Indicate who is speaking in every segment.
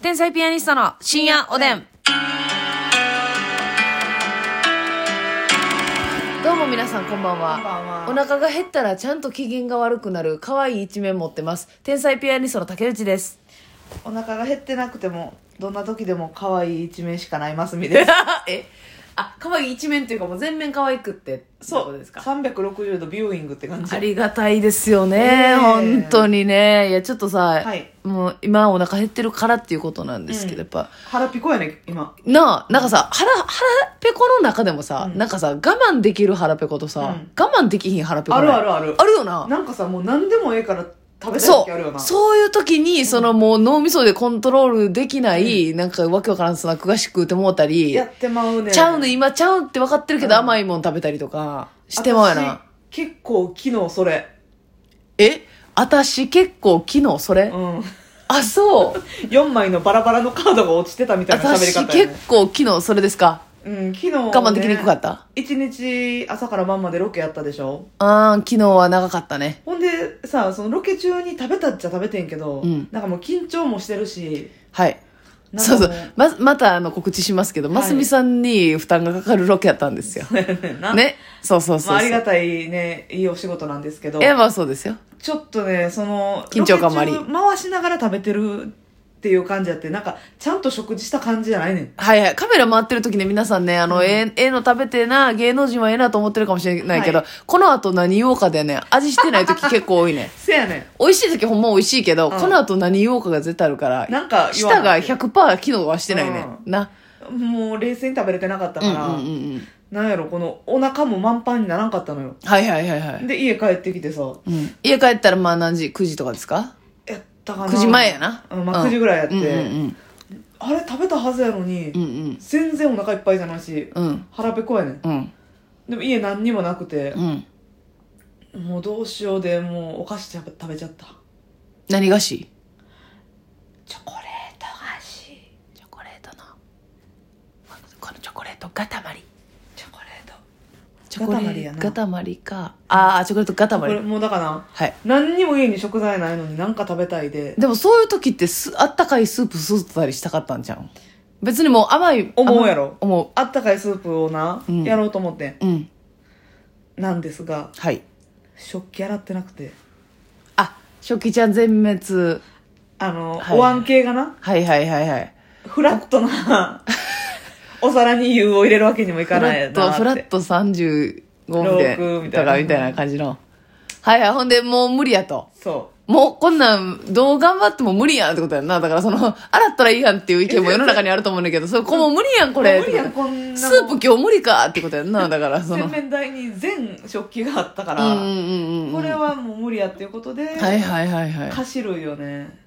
Speaker 1: 天才ピアニストの深夜おでん。どうも皆さんこんばんは
Speaker 2: こんばんは
Speaker 1: お腹が減ったらちゃんと機嫌が悪くなる可愛い一面持ってます天才ピアニストの竹内 です
Speaker 2: お腹が減ってなくてもどんな時でも可愛い一面しかないますみです
Speaker 1: えあ可愛い一面というかもう全面可愛くって
Speaker 2: そう
Speaker 1: ですか
Speaker 2: 360度ビューイングって感じ
Speaker 1: ありがたいですよね、
Speaker 2: ええ
Speaker 1: 本当にねいやちょっとさ、
Speaker 2: はい
Speaker 1: もう今お腹減ってるからっていうことなんですけど、
Speaker 2: うん
Speaker 1: やっぱ
Speaker 2: 腹ピコやね今
Speaker 1: なあなんかさ腹腹ペコの中でもさ、
Speaker 2: うん
Speaker 1: なんかさ我慢できる腹ペコとさ、
Speaker 2: うん
Speaker 1: 我慢できひん腹ペコ
Speaker 2: あるあ
Speaker 1: る
Speaker 2: るある
Speaker 1: あるよな
Speaker 2: なんかさもう何でもええから食べたい
Speaker 1: そ
Speaker 2: 時あるよな
Speaker 1: う。そういう時に、そのもう脳みそでコントロールできない、なんかわけわからんスナック菓子食うてもうたり
Speaker 2: や、ってまうね
Speaker 1: ちゃうの今ちゃうって分かってるけど
Speaker 2: うん
Speaker 1: 甘いもん食べたりとかしてまうやな。
Speaker 2: 私結構昨日それ
Speaker 1: え私結構昨日それ
Speaker 2: うん
Speaker 1: あ、そう。
Speaker 2: 4枚のバラバラのカードが落ちてたみた いな喋り
Speaker 1: 私
Speaker 2: 方やね
Speaker 1: 結構昨日それですか
Speaker 2: うん昨日、ね、
Speaker 1: 我慢できにくかった
Speaker 2: 一日朝から晩までロケやったでしょ
Speaker 1: あー、昨日は長かったね。
Speaker 2: ほんでさそのロケ中に食べたっちゃ食べてんけど、
Speaker 1: うん
Speaker 2: なんかもう緊張もしてるし
Speaker 1: はい。
Speaker 2: なんか
Speaker 1: そ
Speaker 2: も
Speaker 1: うそう。ま、またあの告知しますけど、ますみさんに負担がかかるロケやったんですよ。
Speaker 2: な
Speaker 1: ね。そうそうそうそう。
Speaker 2: まあ、ありがたいねいいお仕事なんですけど
Speaker 1: え、まあそうですよ。
Speaker 2: ちょっとねその
Speaker 1: 緊張感もあり
Speaker 2: ロケ中回しながら食べてるっていう感じやってなんかちゃんと食事した感じじゃないねん
Speaker 1: はいはい。カメラ回ってる時ね、皆さんね、あの、
Speaker 2: うん
Speaker 1: ええええの食べてえな、芸能人はええなと思ってるかもしれないけど、
Speaker 2: は
Speaker 1: この後何言おうかでね、味してない時結構多い ね。
Speaker 2: せやね
Speaker 1: 美味しい時ほんま美味しいけど、
Speaker 2: うん
Speaker 1: この後何言おうかが絶対あるから、
Speaker 2: んなんか言わ
Speaker 1: 舌が
Speaker 2: ない
Speaker 1: 100%機能はしてないね。な。
Speaker 2: もう冷静に食べれてなかった
Speaker 1: うん
Speaker 2: か
Speaker 1: うん
Speaker 2: ら、
Speaker 1: うんうん。
Speaker 2: なんやろこのお腹も満帆にならんかったのよ
Speaker 1: はいはいはいはい。
Speaker 2: で家帰ってきてさ
Speaker 1: うん、家帰ったらまあ何時 ?9 時とかですか
Speaker 2: やったかな
Speaker 1: ?9 時前やな。
Speaker 2: うんまあ、9時ぐらいやって、
Speaker 1: うんうん
Speaker 2: あれ食べたはずやのに、
Speaker 1: うん。うん
Speaker 2: 全然お腹いっぱいじゃないし
Speaker 1: うん。うん。
Speaker 2: 腹ペコやねん
Speaker 1: うん。
Speaker 2: でも家何にもなくて
Speaker 1: う、ん。
Speaker 2: もうどうしようでもうお菓子食べ食べちゃった
Speaker 1: 何菓子
Speaker 2: チョコレート菓子
Speaker 1: チョコレートの。このチョコレートがたまり。
Speaker 2: チョコレート
Speaker 1: チョコレ
Speaker 2: ガタマリや
Speaker 1: ー
Speaker 2: な
Speaker 1: トガタマリか。ああ、チョコレートガタ
Speaker 2: こ
Speaker 1: マ
Speaker 2: れ
Speaker 1: リ。
Speaker 2: もうだから
Speaker 1: はい。
Speaker 2: 何にも家に食材ないのに何か食べたいで
Speaker 1: でもそういう時ってす、あったかいスープすすったりしたかったんじゃん。別にもう甘い。
Speaker 2: 思うやろ
Speaker 1: 甘い思
Speaker 2: あったかいスープをな、
Speaker 1: うん
Speaker 2: やろうと思って
Speaker 1: う。うん。
Speaker 2: なんですが
Speaker 1: はい。
Speaker 2: 食器洗ってなくて
Speaker 1: あ、初期ちゃん全滅。
Speaker 2: あの、
Speaker 1: はい
Speaker 2: お椀系がな
Speaker 1: はいはいはいはい。
Speaker 2: フラットなお皿に湯を入れるわけにもいか
Speaker 1: フラ
Speaker 2: ない
Speaker 1: ッ
Speaker 2: な
Speaker 1: ト、
Speaker 2: って
Speaker 1: フラット35
Speaker 2: ローク
Speaker 1: み
Speaker 2: み
Speaker 1: た
Speaker 2: た
Speaker 1: い
Speaker 2: い
Speaker 1: な。み
Speaker 2: な
Speaker 1: たいな感じの。はいはい。ほんで、もう無理やと。
Speaker 2: そ
Speaker 1: もうこんなん、どう頑張っても無理やんってことやんな。だからその、洗ったらいいやんっていう意見も世の中にあると思うんだけど、それ、こもう無理やんこれ。
Speaker 2: もう無理やんこんな
Speaker 1: スープ今日無理かってことやんな。だから
Speaker 2: う
Speaker 1: その。
Speaker 2: 洗
Speaker 1: う
Speaker 2: 面台に全食器があったか
Speaker 1: んう
Speaker 2: ら、
Speaker 1: んうんうん。
Speaker 2: これはもう無理やっていうことで、
Speaker 1: はいはいはいはい。
Speaker 2: 菓子類よね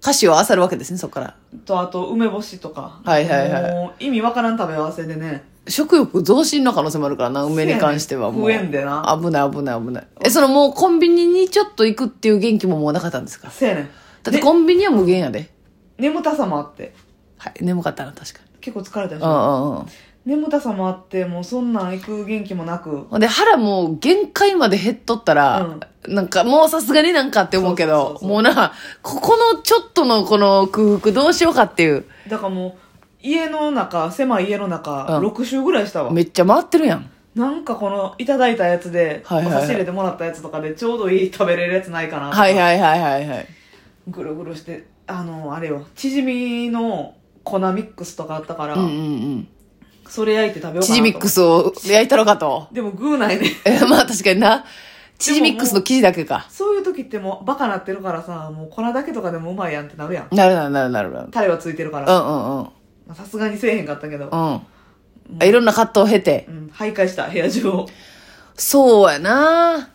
Speaker 1: 歌詞をあさるわけですね、そこから。
Speaker 2: とあと梅干しとか
Speaker 1: はいはいはい
Speaker 2: もう意味わからん食べ合わせでね
Speaker 1: 食欲増進の可能性もあるからな、梅に関してはもう。
Speaker 2: そうやねん食えんでな
Speaker 1: 危ない危ない危ない。え、そのもうコンビニにちょっと行くっていう元気ももうなかったんですか
Speaker 2: せやねん
Speaker 1: だって
Speaker 2: で
Speaker 1: コンビニは無限やで。
Speaker 2: 眠たさもあって
Speaker 1: はい、眠かったな、確かに。
Speaker 2: 結構疲れたでし
Speaker 1: う
Speaker 2: ょ
Speaker 1: んうんうん。
Speaker 2: 眠たさもあってもうそんなん行く元気もなく
Speaker 1: ほんで、腹もう限界まで減っとったら、なんかもうさすがになんかって思うけど、
Speaker 2: そうそうそうそう
Speaker 1: もうな、ここのちょっとのこの空腹どうしようかっていう、
Speaker 2: だからもう家の中狭い家の中、
Speaker 1: うん
Speaker 2: 6周ぐらいしたわ
Speaker 1: めっちゃ回ってるやん。
Speaker 2: なんかこのいただいたやつで、
Speaker 1: はいはいはい
Speaker 2: お差し入れてもらったやつとかでちょうどいい食べれるやつないかなとか
Speaker 1: はいはいはいはいはい。
Speaker 2: ぐるぐるしてあのあれよチヂミの粉ミックスとかあったから、
Speaker 1: うんうん
Speaker 2: それ焼いて食べ
Speaker 1: う
Speaker 2: よ
Speaker 1: ん。
Speaker 2: うかなと
Speaker 1: チヂミックスを焼いたのかと。
Speaker 2: でも具ないね
Speaker 1: え、 まあ確かにな。チヂミックスの生地だけか。
Speaker 2: そういう時ってもうバカなってるからさもう粉だけとかでもうまいやんってなるやん
Speaker 1: なるなるなるなるなる。
Speaker 2: タレはついてるか
Speaker 1: う
Speaker 2: ら
Speaker 1: んうんうん。
Speaker 2: まあさすがにせえへんかったけ
Speaker 1: う
Speaker 2: ど
Speaker 1: ん。いろんな葛藤を経て
Speaker 2: う。ん、徘徊した部屋中を
Speaker 1: そうやな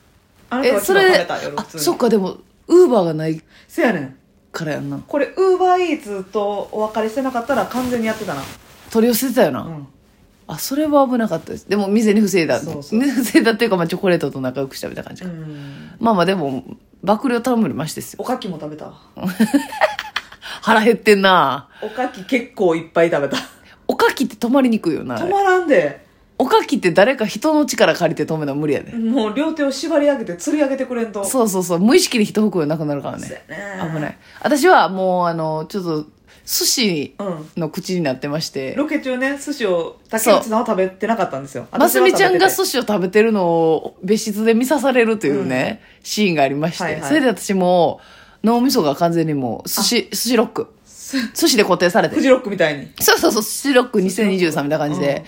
Speaker 2: あなた
Speaker 1: え、
Speaker 2: は
Speaker 1: そ
Speaker 2: 昨日食
Speaker 1: れ、
Speaker 2: べた夜
Speaker 1: あ
Speaker 2: 普、通に
Speaker 1: そっか、でも、ウーバーがない
Speaker 2: せやねん
Speaker 1: からやんな。
Speaker 2: これウーバーイーツとお別れしてなかったら完全にやってたな
Speaker 1: 取り寄せてたよな。
Speaker 2: うん
Speaker 1: あ、それは危なかったです。でも、店に防いだ。
Speaker 2: そうそう
Speaker 1: 防いだっていうか、まあ、チョコレートと仲良くしたみたいな感じ
Speaker 2: う
Speaker 1: か。
Speaker 2: ん
Speaker 1: まあまあ、でも、爆量頼むよりましですよ。
Speaker 2: おかきも食べたわ
Speaker 1: 腹減ってんな
Speaker 2: おかき結構いっぱい食べた
Speaker 1: おかきって止まりにくいよな。あれ
Speaker 2: 止まらんで
Speaker 1: おかきって誰か人の力借りて止めたら無理やで。
Speaker 2: もう両手を縛り上げて釣り上げてくれんと
Speaker 1: そうそうそう。無意識に人服用なくなるから
Speaker 2: そう
Speaker 1: ね。
Speaker 2: やね
Speaker 1: 危ない。私はもう、あの、ちょっと、寿司
Speaker 2: うん
Speaker 1: の口になってまして。
Speaker 2: ロケ中ね寿司を竹内さんは食べてなかったんですよ
Speaker 1: ますみちゃんが
Speaker 2: 私は食べ
Speaker 1: 寿司を食べて
Speaker 2: てて
Speaker 1: るのを別室で見さされるというね、シーンがありまして、
Speaker 2: はいはい
Speaker 1: それで私もう脳みそが完全にもう寿司、寿司ロック。寿司で固定されて
Speaker 2: フ。ジロックみたいに
Speaker 1: そうそうそう、寿司ロック2023みたいな感じで、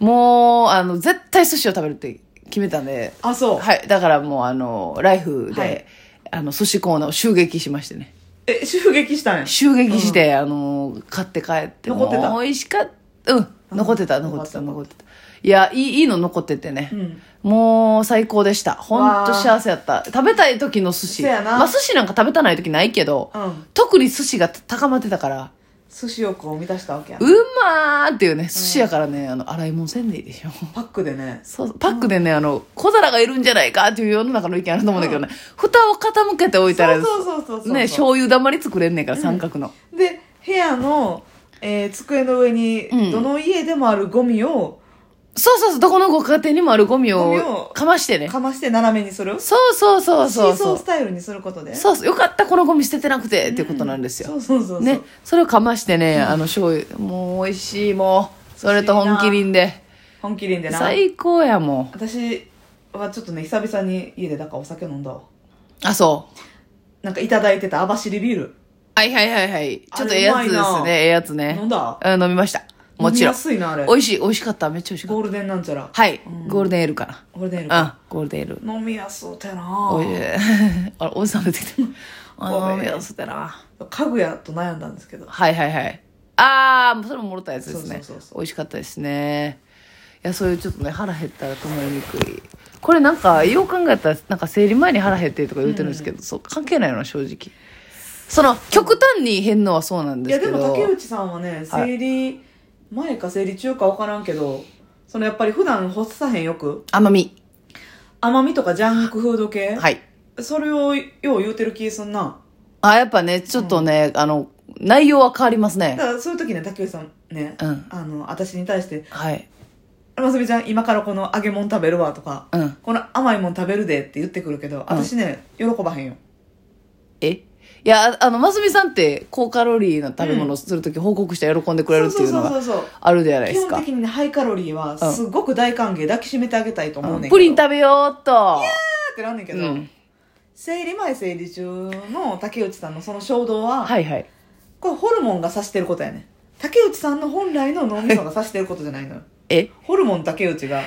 Speaker 1: もう、あの、絶対寿司を食べるって決めたんで、
Speaker 2: あそう、
Speaker 1: はい、だからもうあの、ライフで、
Speaker 2: はい
Speaker 1: あの、寿司コーナーを襲撃しましてね。
Speaker 2: え襲撃したんや
Speaker 1: 襲撃して、あの、買って帰って、
Speaker 2: 残ってた
Speaker 1: もう美味しかった。うん、残ってた、残ってた、残ってた。いや、いい、いいの残っててね。
Speaker 2: うん
Speaker 1: もう最高でした。ほんと
Speaker 2: わあ
Speaker 1: 幸せやった。食べたい時の寿司。
Speaker 2: せやな
Speaker 1: まあ寿司なんか食べたない時ないけど、
Speaker 2: うん
Speaker 1: 特に寿司が高まってたから、
Speaker 2: 寿司をこう満たしたわけや
Speaker 1: うまーっていうね、寿司やからね、あの、洗い物せんでいいでしょ。
Speaker 2: パックでね
Speaker 1: そう、パックでね、あの、小皿がいるんじゃないかっていう世の中の意見あると思うんだけどね、蓋を傾けておいたら、
Speaker 2: そうそうそうそうそう
Speaker 1: ね、醤油だまり作れんねんから、三角の。
Speaker 2: で部屋の、えー机の上に、
Speaker 1: うん
Speaker 2: どの家でもあるゴミを
Speaker 1: そうそうそう、どこのご家庭にもあるゴミ
Speaker 2: ゴミ
Speaker 1: を
Speaker 2: を
Speaker 1: かましてね。
Speaker 2: かまして斜めにする
Speaker 1: そうそうそうそう
Speaker 2: シーソ
Speaker 1: そ
Speaker 2: ー
Speaker 1: う
Speaker 2: ス。タイルにすることでう
Speaker 1: そうそう、よかった、このゴミ捨ててなくて、っていうことなんですよ。
Speaker 2: んそうそうそうそう
Speaker 1: ね、それをかましてね、あの醤油、もう美味しい、もう。それと本麒麟で。
Speaker 2: 本麒麟でな
Speaker 1: 最高や、も
Speaker 2: 私はちょっとね久々に家でだからお酒飲んだわ
Speaker 1: う。あ、そう。
Speaker 2: なんかいただいてた網走ビール
Speaker 1: はいはいはいはい。ちょっとええやつで
Speaker 2: あれう
Speaker 1: す
Speaker 2: ま
Speaker 1: ね、
Speaker 2: いな
Speaker 1: ええやつね。
Speaker 2: 飲んだ
Speaker 1: うん飲みました。もち
Speaker 2: 飲み
Speaker 1: ろ
Speaker 2: や
Speaker 1: ん。
Speaker 2: すいなあれ
Speaker 1: 美味しい、美味しかった。めっちゃ美味しかっ
Speaker 2: ゴールデンなんちゃら
Speaker 1: た。はい。ゴールデンエールか
Speaker 2: ゴールデンエール
Speaker 1: な。う
Speaker 2: か
Speaker 1: ん、ゴールデンエール。
Speaker 2: 飲みやすうて
Speaker 1: お
Speaker 2: ない
Speaker 1: あれ、おじさん出て きた。あ
Speaker 2: ごめ
Speaker 1: の、
Speaker 2: ん
Speaker 1: 目を捨てな。
Speaker 2: 家具屋と悩んだんですけど
Speaker 1: はいはいはい。あー、それももろたやつですね
Speaker 2: そうそうそう。そう
Speaker 1: 美味しかったですね。いや、そういうちょっとね、腹減ったら止まりにくい。これなんか、よう考えたら、なんか生理前に腹減ってとか言うてるんですけど、そう、関係ないの、正直。その、極端に変のはそうなん
Speaker 2: い
Speaker 1: で
Speaker 2: や
Speaker 1: すけ
Speaker 2: で
Speaker 1: ど。
Speaker 2: も竹内さんはね
Speaker 1: はい
Speaker 2: 生理前か生理中か分からんけどそのやっぱり普段干さへんよく
Speaker 1: 甘み。
Speaker 2: 甘みとかジャンクフード系、
Speaker 1: はい。
Speaker 2: それをよう言うてる気すんな
Speaker 1: あ、やっぱね、ちょっとね、あの、内容は変わります
Speaker 2: だ
Speaker 1: ね。
Speaker 2: からそういう時ね竹内さんね、
Speaker 1: うん
Speaker 2: あの私に対して
Speaker 1: はい。
Speaker 2: 「ますみちゃん今からこの揚げ物食べるわ」とか、
Speaker 1: うん
Speaker 2: この甘いもん食べるで」って言ってくるけど私ね、喜ばへんよ
Speaker 1: えいや、あの、ますみさんって、高カロリーな食べ物をするとき報告して喜んでくれるっていうのが
Speaker 2: そうそうそうそう
Speaker 1: あるじゃないで
Speaker 2: 基
Speaker 1: す
Speaker 2: 本
Speaker 1: か
Speaker 2: 的。にねハイカロリーはすごく大歓迎抱きしめてあげたいと思うねんけど
Speaker 1: プリン食べようっと。
Speaker 2: ってなんねんけ
Speaker 1: う
Speaker 2: ど、
Speaker 1: ん。
Speaker 2: 生理前生理中の竹内さんのその衝動は、
Speaker 1: はいはい。
Speaker 2: これホルモンが指してることやね竹内さんの本来の脳みそが指してることじ ゃないのよ
Speaker 1: え
Speaker 2: ホルモン竹内が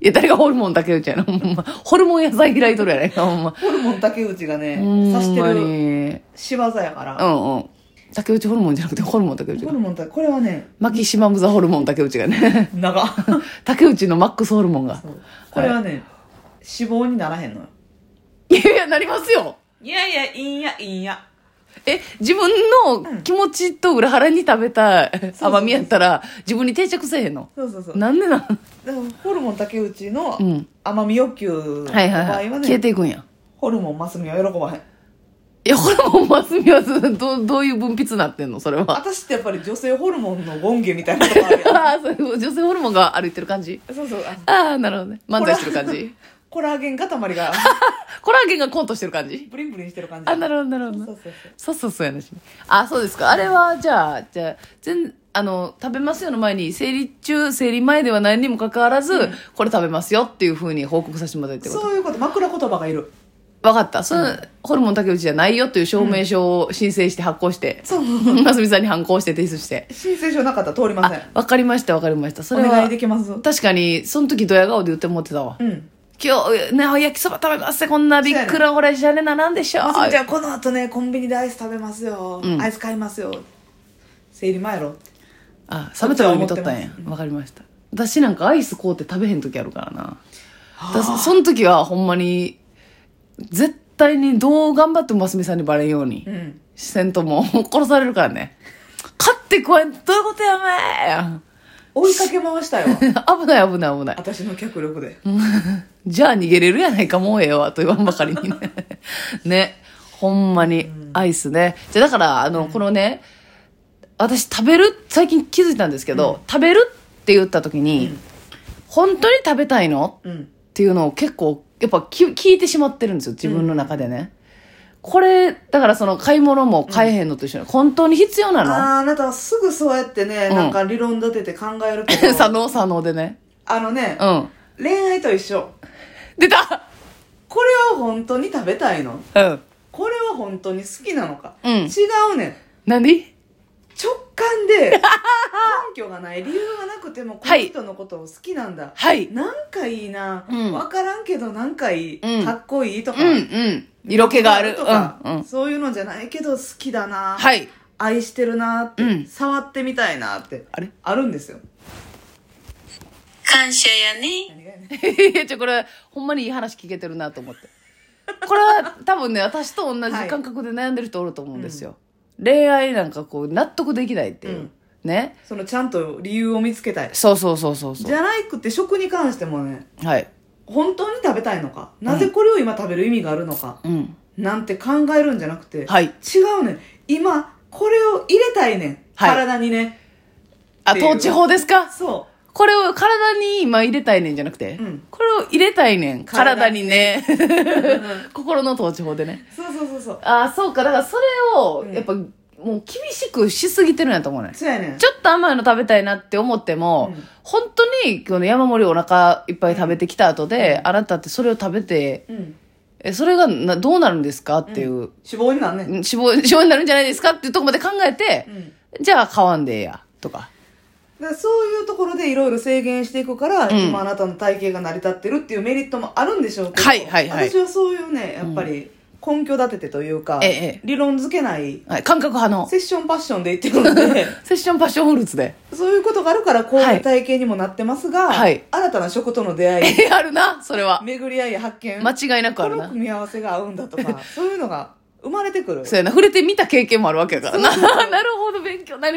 Speaker 1: いや、誰がホルモンだけうちやな。ほんま。ホルモン野菜開いとるやないか、ほんま。
Speaker 2: ホルモン竹内が ね
Speaker 1: ほん
Speaker 2: 指
Speaker 1: ま
Speaker 2: してる
Speaker 1: に。
Speaker 2: 仕業やから、
Speaker 1: うんうん。竹内ホルモンじゃなくて、ホルモン竹内
Speaker 2: ホ。ルモン竹これはね
Speaker 1: マキシマムザホルモン竹内がね。
Speaker 2: 長
Speaker 1: 竹内のマックスホルモンが。
Speaker 2: これはね、脂肪にならへんのよ
Speaker 1: いやいや、なりますよ。
Speaker 2: いやいやいいんやいいんや
Speaker 1: え、自分の気持ちと裏腹に食べた
Speaker 2: そう
Speaker 1: 甘みやったら、自分に定着せえへんの。
Speaker 2: そうそうそうだか
Speaker 1: なんでなん
Speaker 2: らホルモン竹内の
Speaker 1: うん
Speaker 2: 甘み欲求の場合
Speaker 1: はい
Speaker 2: は
Speaker 1: はいはい。消え
Speaker 2: ね
Speaker 1: ていくんや。
Speaker 2: ホルモンマスミは喜ばへん
Speaker 1: いや、ホルモンマスミはどう、どういう分泌なってんのそれは。
Speaker 2: 私ってやっぱり女性ホルモンの権下みたいなとこあるやん
Speaker 1: ああ、そういう女性ホルモンが歩いてる感じ。
Speaker 2: そうそう。あ
Speaker 1: ああ、なるほどね。漫才してる感じ。
Speaker 2: コラーゲン塊が
Speaker 1: コラーゲンがコントしてる感じ。
Speaker 2: ブリンブリンしてる感じ。
Speaker 1: あ、なるほど、なるほ
Speaker 2: そ
Speaker 1: ど
Speaker 2: う。そうそ
Speaker 1: そうそう
Speaker 2: う
Speaker 1: そうやなし。あ、そうですか。あれは、じゃあ、じゃあ、全、あの、食べますよの前に、生理中、生理前では何にもかかわらず、これ食べますよっていうふうに報告させてもらいたいってこと。
Speaker 2: そういうこと、枕言葉がいる。
Speaker 1: わかった。その、ホルモン竹内じゃないよという証明書を申請して発行して、
Speaker 2: そう。
Speaker 1: ますみさんに反抗して提出して。
Speaker 2: 申請書なかったら通りません。
Speaker 1: あ、わかりました、わかりました。そ
Speaker 2: お
Speaker 1: れは、
Speaker 2: 願いできます。
Speaker 1: 確かに、その時ドヤ顔で言ってもってたわ。
Speaker 2: うん。
Speaker 1: 今日、ね、焼きそば食べますってこんなびっくらほらじゃれななんでしょう。
Speaker 2: ますみちゃん、この後ね、コンビニでアイス食べますよ。
Speaker 1: ん
Speaker 2: アイス買いますよ。生理前やろ。
Speaker 1: あ、冷めたら見とったんや。わかりました。私なんかアイス買うて食べへん時あるからな。だその時はほんまに、絶対にどう頑張ってもますみさんにバレんように
Speaker 2: う。ん。
Speaker 1: 視線とも 殺されるからね。勝ってこい、どういうことやお前
Speaker 2: 追いかけ回したよ。
Speaker 1: 危ない危ない危ない。
Speaker 2: 私の脚力で。
Speaker 1: じゃあ逃げれるやないか、もうええわ、と言わんばかりにね。 ね。ほんまに、アイスね。じゃあだから、あの、このね、私食べる、最近気づいたんですけど、食べるって言った時に、本当に食べたいの
Speaker 2: うん
Speaker 1: っていうのを結構、やっぱき聞いてしまってるんですよ、自分の中でね。これ、だからその買い物も買えへんのと一緒に、本当に必要な の
Speaker 2: あーあなたはすぐそうやってね、
Speaker 1: うん
Speaker 2: なんか理論立てて考える けど
Speaker 1: 左脳左脳でね。
Speaker 2: あのね、
Speaker 1: うん。
Speaker 2: 恋愛と一緒
Speaker 1: 出た
Speaker 2: これは本当に食べたいの
Speaker 1: うん。
Speaker 2: これは本当に好きなのか、
Speaker 1: うん
Speaker 2: 違うねん
Speaker 1: 何
Speaker 2: 直感 で根拠がない理由がなくてもこ
Speaker 1: は
Speaker 2: の
Speaker 1: い
Speaker 2: 人のことを好きなんだ、
Speaker 1: はい。
Speaker 2: なんかいいな、
Speaker 1: うん
Speaker 2: わからんけどなんかいい、
Speaker 1: うん
Speaker 2: かっこいいと
Speaker 1: う
Speaker 2: か、
Speaker 1: ん、うん。色気がある。
Speaker 2: とか、
Speaker 1: うん、うん。
Speaker 2: そういうのじゃないけど好きだな、
Speaker 1: はい。
Speaker 2: 愛してるなって、
Speaker 1: うん
Speaker 2: 触ってみたいなって
Speaker 1: あれ
Speaker 2: あるんですよ
Speaker 3: 感謝やね。
Speaker 2: 何がやねん
Speaker 1: い やちょこれほんまにいい話聞けてるなと 思ってこれは多分ね私と同じ感覚で悩んでる人おると思うんですよ、恋愛なんかこう納得できないっていう、
Speaker 2: うん
Speaker 1: ね
Speaker 2: そのちゃんと理由を見つけたい
Speaker 1: そうそうそうそうそ
Speaker 2: じゃなくて食に関してもね
Speaker 1: うはい
Speaker 2: 本当に食べたいのかなぜこれを今食べる意味があるのか、
Speaker 1: うん
Speaker 2: なんて考えるんじゃなくて、
Speaker 1: はい
Speaker 2: 違うねん今これを入れたいねん、
Speaker 1: はい
Speaker 2: 体にね
Speaker 1: あ
Speaker 2: っていう
Speaker 1: 統治法ですか
Speaker 2: そ
Speaker 1: これを体に今入れたいねんじゃなくて、
Speaker 2: うん
Speaker 1: これを入れたいねん体
Speaker 2: 体
Speaker 1: に
Speaker 2: に
Speaker 1: ね
Speaker 2: う、うん
Speaker 1: 心の統治法でね
Speaker 2: そうそうそうそう
Speaker 1: ああそうかだからそれを
Speaker 2: うん
Speaker 1: やっぱ、もう厳しくしすぎてるんやと思うね
Speaker 2: そうやねん
Speaker 1: ちょっと甘いの食べたいなって思っても、
Speaker 2: うん
Speaker 1: 本当にこの山盛りお腹いっぱい食べてきた後で、あなたってそれを食べて、
Speaker 2: うん、
Speaker 1: え、それがなどうなるんですかっていう、
Speaker 2: 脂肪になんねん、
Speaker 1: うん死 亡、死亡になるんじゃないですかっていうところまで考えて
Speaker 2: う、ん
Speaker 1: じゃあ買わんでええや、とか。
Speaker 2: だからそういうところでいろいろ制限していくから、
Speaker 1: ん
Speaker 2: 今あなたの体型が成り立ってるっていうメリットもあるんでしょうけど、
Speaker 1: はいはいはい
Speaker 2: 私はそういうねやっぱり根拠立ててというか、
Speaker 1: ええ
Speaker 2: 理論づけない
Speaker 1: はい、感覚派の
Speaker 2: セッションパッションで言ってる ので
Speaker 1: セッションパッションフルーツで。
Speaker 2: そういうことがあるからこう
Speaker 1: はいいう
Speaker 2: 体型にもなってますが、
Speaker 1: はい
Speaker 2: 新たな食との出会い
Speaker 1: え、あるな、それは。
Speaker 2: 巡り合い発見
Speaker 1: 間違いなくあ
Speaker 2: こ
Speaker 1: る
Speaker 2: の
Speaker 1: な。
Speaker 2: 組み合わせが合うんだ とかそういうのが生まれてくる
Speaker 1: そうやな、触れてみた経験もあるわけやからな。なるほど、勉強になり